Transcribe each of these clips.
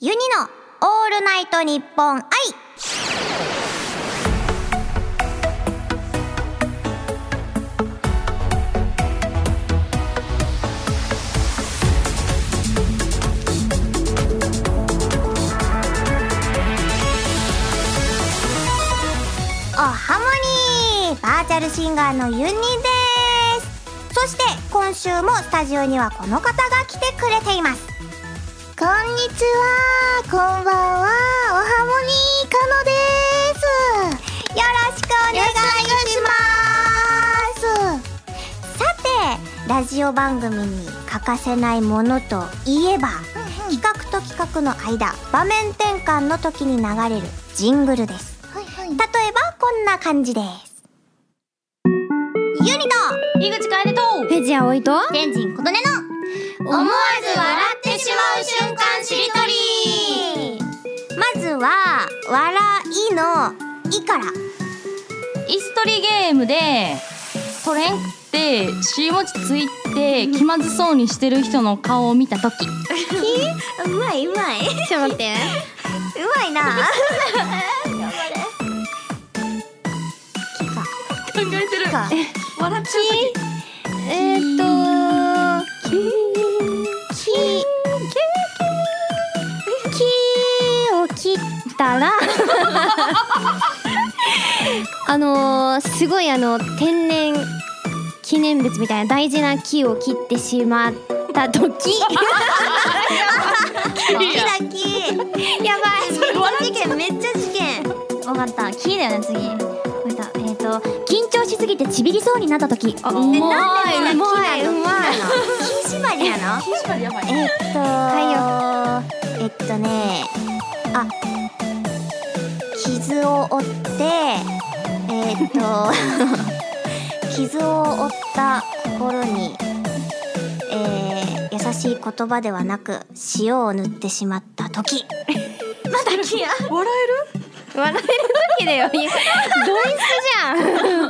ユニのオールナイトニッポン愛おハモニーバーチャルシンガーのユニですそして今週もスタジオにはこの方が来てくれていますこんにちは、こんばんは、おはもにーかのです。よろしくお願いします。さて、ラジオ番組に欠かせないものといえば、企画と企画の間、場面転換の時に流れるジングルです。はいはい例えばこんな感じです。ゆりの井口楓とペジアおいと天神琴音の思わず笑ってしまう瞬間しりとりまずは「笑い」の「い」から椅子取りゲームで取れんって尻餅ついて気まずそうにしてる人の顔を見た時うまいうまいちょっと待って うまいな 頑張考えてるれかか笑っちゃうえー、っときき木を切ったらあのー、すごいあの天然記念物みたいな大事な木を切ってしまった時木だきやば事件めっちゃ事件いわかった木だよね次わかったえー、っと緊張しすぎてちびりそうになった時あうまいなんでこんな木なのうまい木なの木縛りなの確かにやばいえっと、えっとね、あ、傷を負って、えっと、傷を負った心に、えー、優しい言葉ではなく塩を塗ってしまった時。まだキや。笑笑える時だよドイツじゃんえる、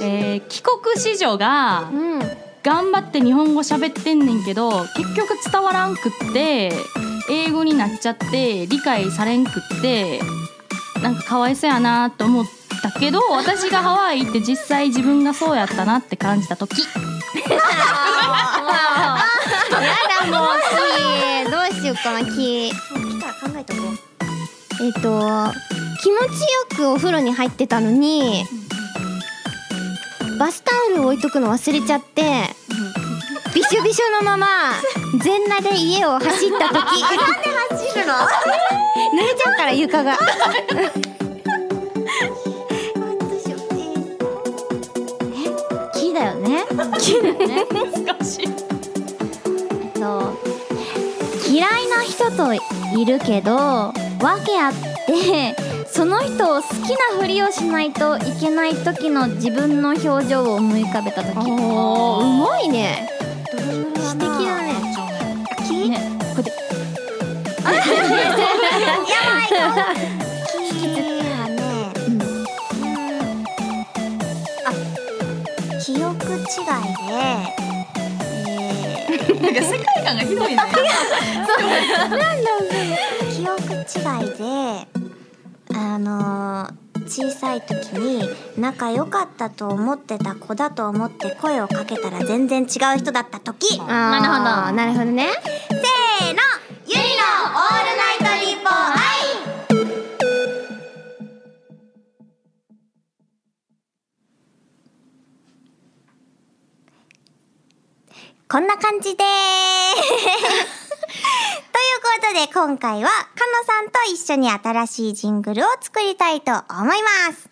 えー、帰国子女がうん頑張って日本語喋ってんねんけど結局伝わらんくって英語になっちゃって理解されんくってなんかかわいそうやなと思ったけど私がハワイ行って実際自分がそうやったなって感じた時やだもう木どうしようかな木えっ、木から考えとこう。と気持ちよくお風呂に入ってたのにバスタオルを置いとくの忘れちゃってびしょびしょのまま全裸で家を走った時 濡走るの。れちゃうから床が木だよね 難しいえっと嫌いな人といるけど訳あってその人を好きなふりをしないといけない時の自分の表情を思い浮かべた時おーうまいね素敵だね木。ねこれやばいよ。キはね、うん、あ、記憶違いで、えなんか世界観がひどいねー、記憶違いで、あのー、小さい時に仲良かったと思ってた子だと思って声をかけたら全然違う人だった時。あーなるほどなるほどねせーのゆりのオールナイトニッポン愛こんな感じでーということで今回はかのさんと一緒に新しいジングルを作りたいと思います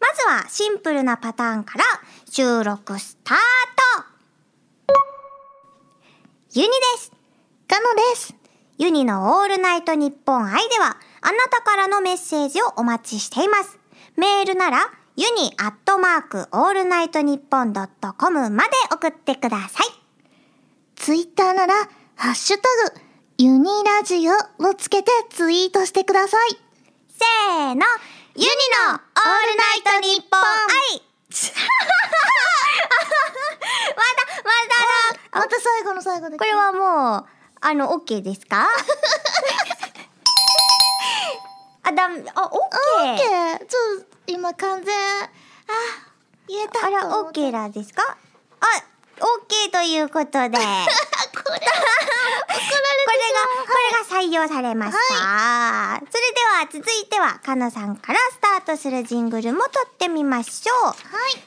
まずはシンプルなパターンから収録スタートユニです。ガノです。ユニのオールナイトニッポン愛では、あなたからのメッセージをお待ちしています。メールなら、ユニアットマークオールナイトニッポンドットコムまで送ってください。ツイッターなら、ハッシュタグ、ユニラジオをつけてツイートしてください。せーの、ユニのオールナイトニッポン愛まだ、まだだ、また最後の最後でこれはもうあの、OK ですかあ、だめ、あ、オッ OK! ケーちょっと今完全あ言えたあら、ー OK なんですかあ、OK ということで、これが、ここれれが採用されました。それでは続いては、かのさんからスタートするジングルも撮ってみましょう。はい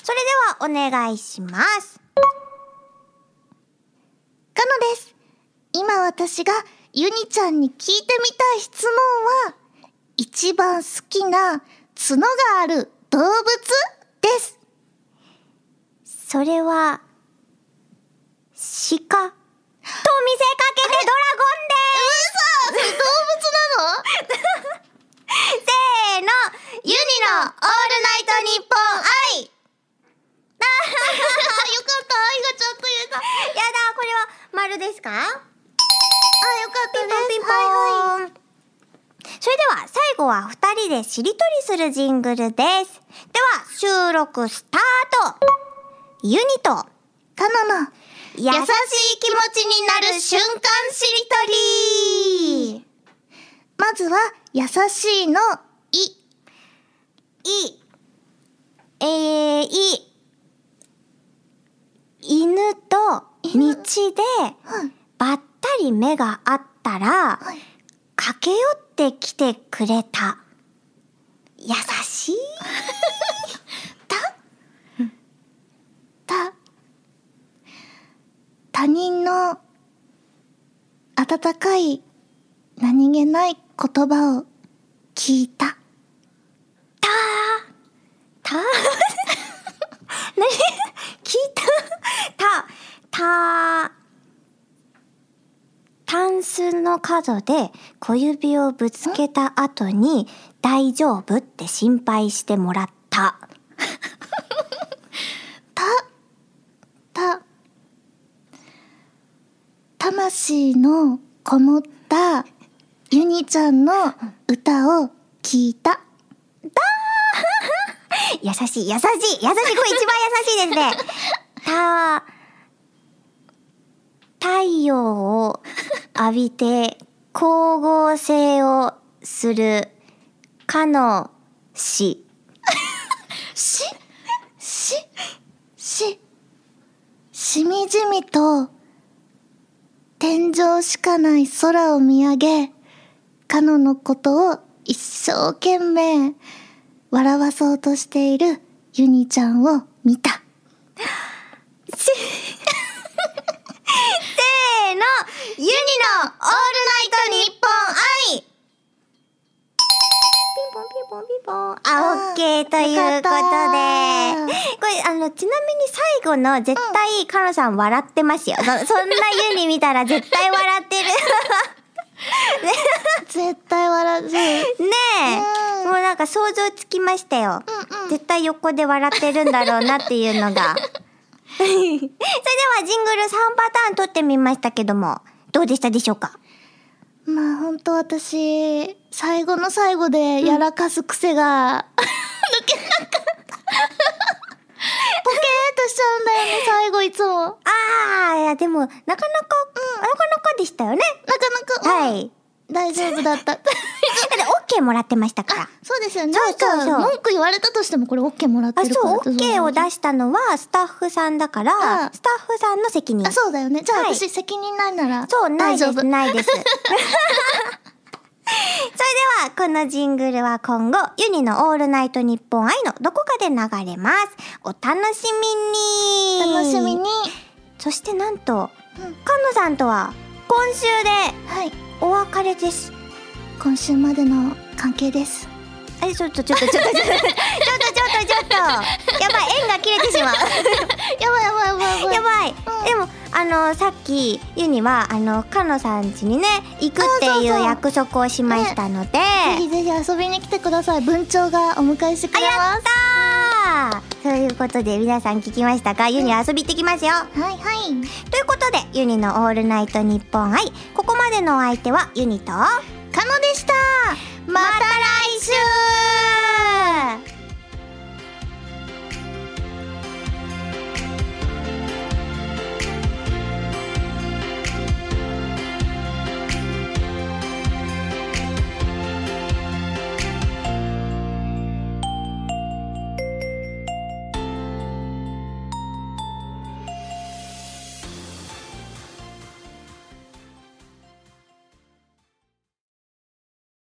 それではお願いします。かのです今私がゆにちゃんに聞いてみたい質問は一番好きな角がある動物 ですそれは、鹿。と見せかけてドラゴンです動 せーのユニのオールナイトニッポン愛物なのよかった愛がちゃんと言えた やだこれは丸ですかあよかったですピンポンピンポン、それでは最後は二人でしりとりするジングルですでは収録スタートユニとかのの優しい気持ちになる瞬間しりとりまずは「優しい」の「いいえー、い犬と道犬で」うんばったり目が合ったら、はい駆け寄ってきてくれた優しいた他人の温かい何気ない言葉を聞いたた 何聞いたたたタンスの角で小指をぶつけた後に「大丈夫?」って心配してもらったたた魂のこもったユニちゃんの歌を聞いた 優しい優しい優しいこれ一番優しいですねた太陽を浴びて光合成をするかのしし、し、し、しみじみと、天井しかない空を見上げ、カノのことを一生懸命笑わそうとしているユニちゃんを見た。せーのユニのオールナイトニッポン愛ピンポンピンポンピンポンあ、あーオッケーといよかうこっとたでこれあのちなみに最後の絶対カロさん笑ってますよ、そそんなユニ見たら絶対笑ってる 絶対笑う。ねえ、うんもうなんか想像つきましたよ、うんうん絶対横で笑ってるんだろうなっていうの がそれではジングル3パターン撮ってみましたけどもどうでしたでしょうかまあ本当私、最後の最後でやらかす癖が、 抜けなかった。ポケーっとしちゃうんだ よね、最後いつも。あーいやでもなかなか、なかなかでしたよね。なかなか、うはんい。大丈夫だ った。だってオッケーもらってましたから。そうですよね。そなうんそうそうか、文句言われたとしてもこれ OK もらってあ、るから。そう、オッケーを出したのはスタッフさんだかうら、んスタッフさんの責任。あ、そうだよね。じゃあはい私、責任ないなら。そう、ない大で丈す、夫。ない です。それでは、このジングルは今後、ユニのオールナイトニッポン愛のどこかで流れます。お楽しみに楽しみに。そしてなんと、うんカンノさんとは、今週ではい。お別れです。今週までの関係です。え、ちょっとちょっとちょっとちょっとちょっとちょっとちょっとやばい縁が切れてしまうやばいやばいやばいやばい。やばい、うんでもあのさっきユニはあのカノさん家にね行くってあそういそうう約束をしましたので、ぜひぜひ遊びに来てください。文鳥がお迎えしてくれやまっす。たーということで皆さん聞きましたかユニ遊び行ってきますよはいはい。ということでユニの「オールナイトニッポン愛」ここまでのお相手はユニとかのでした。また来週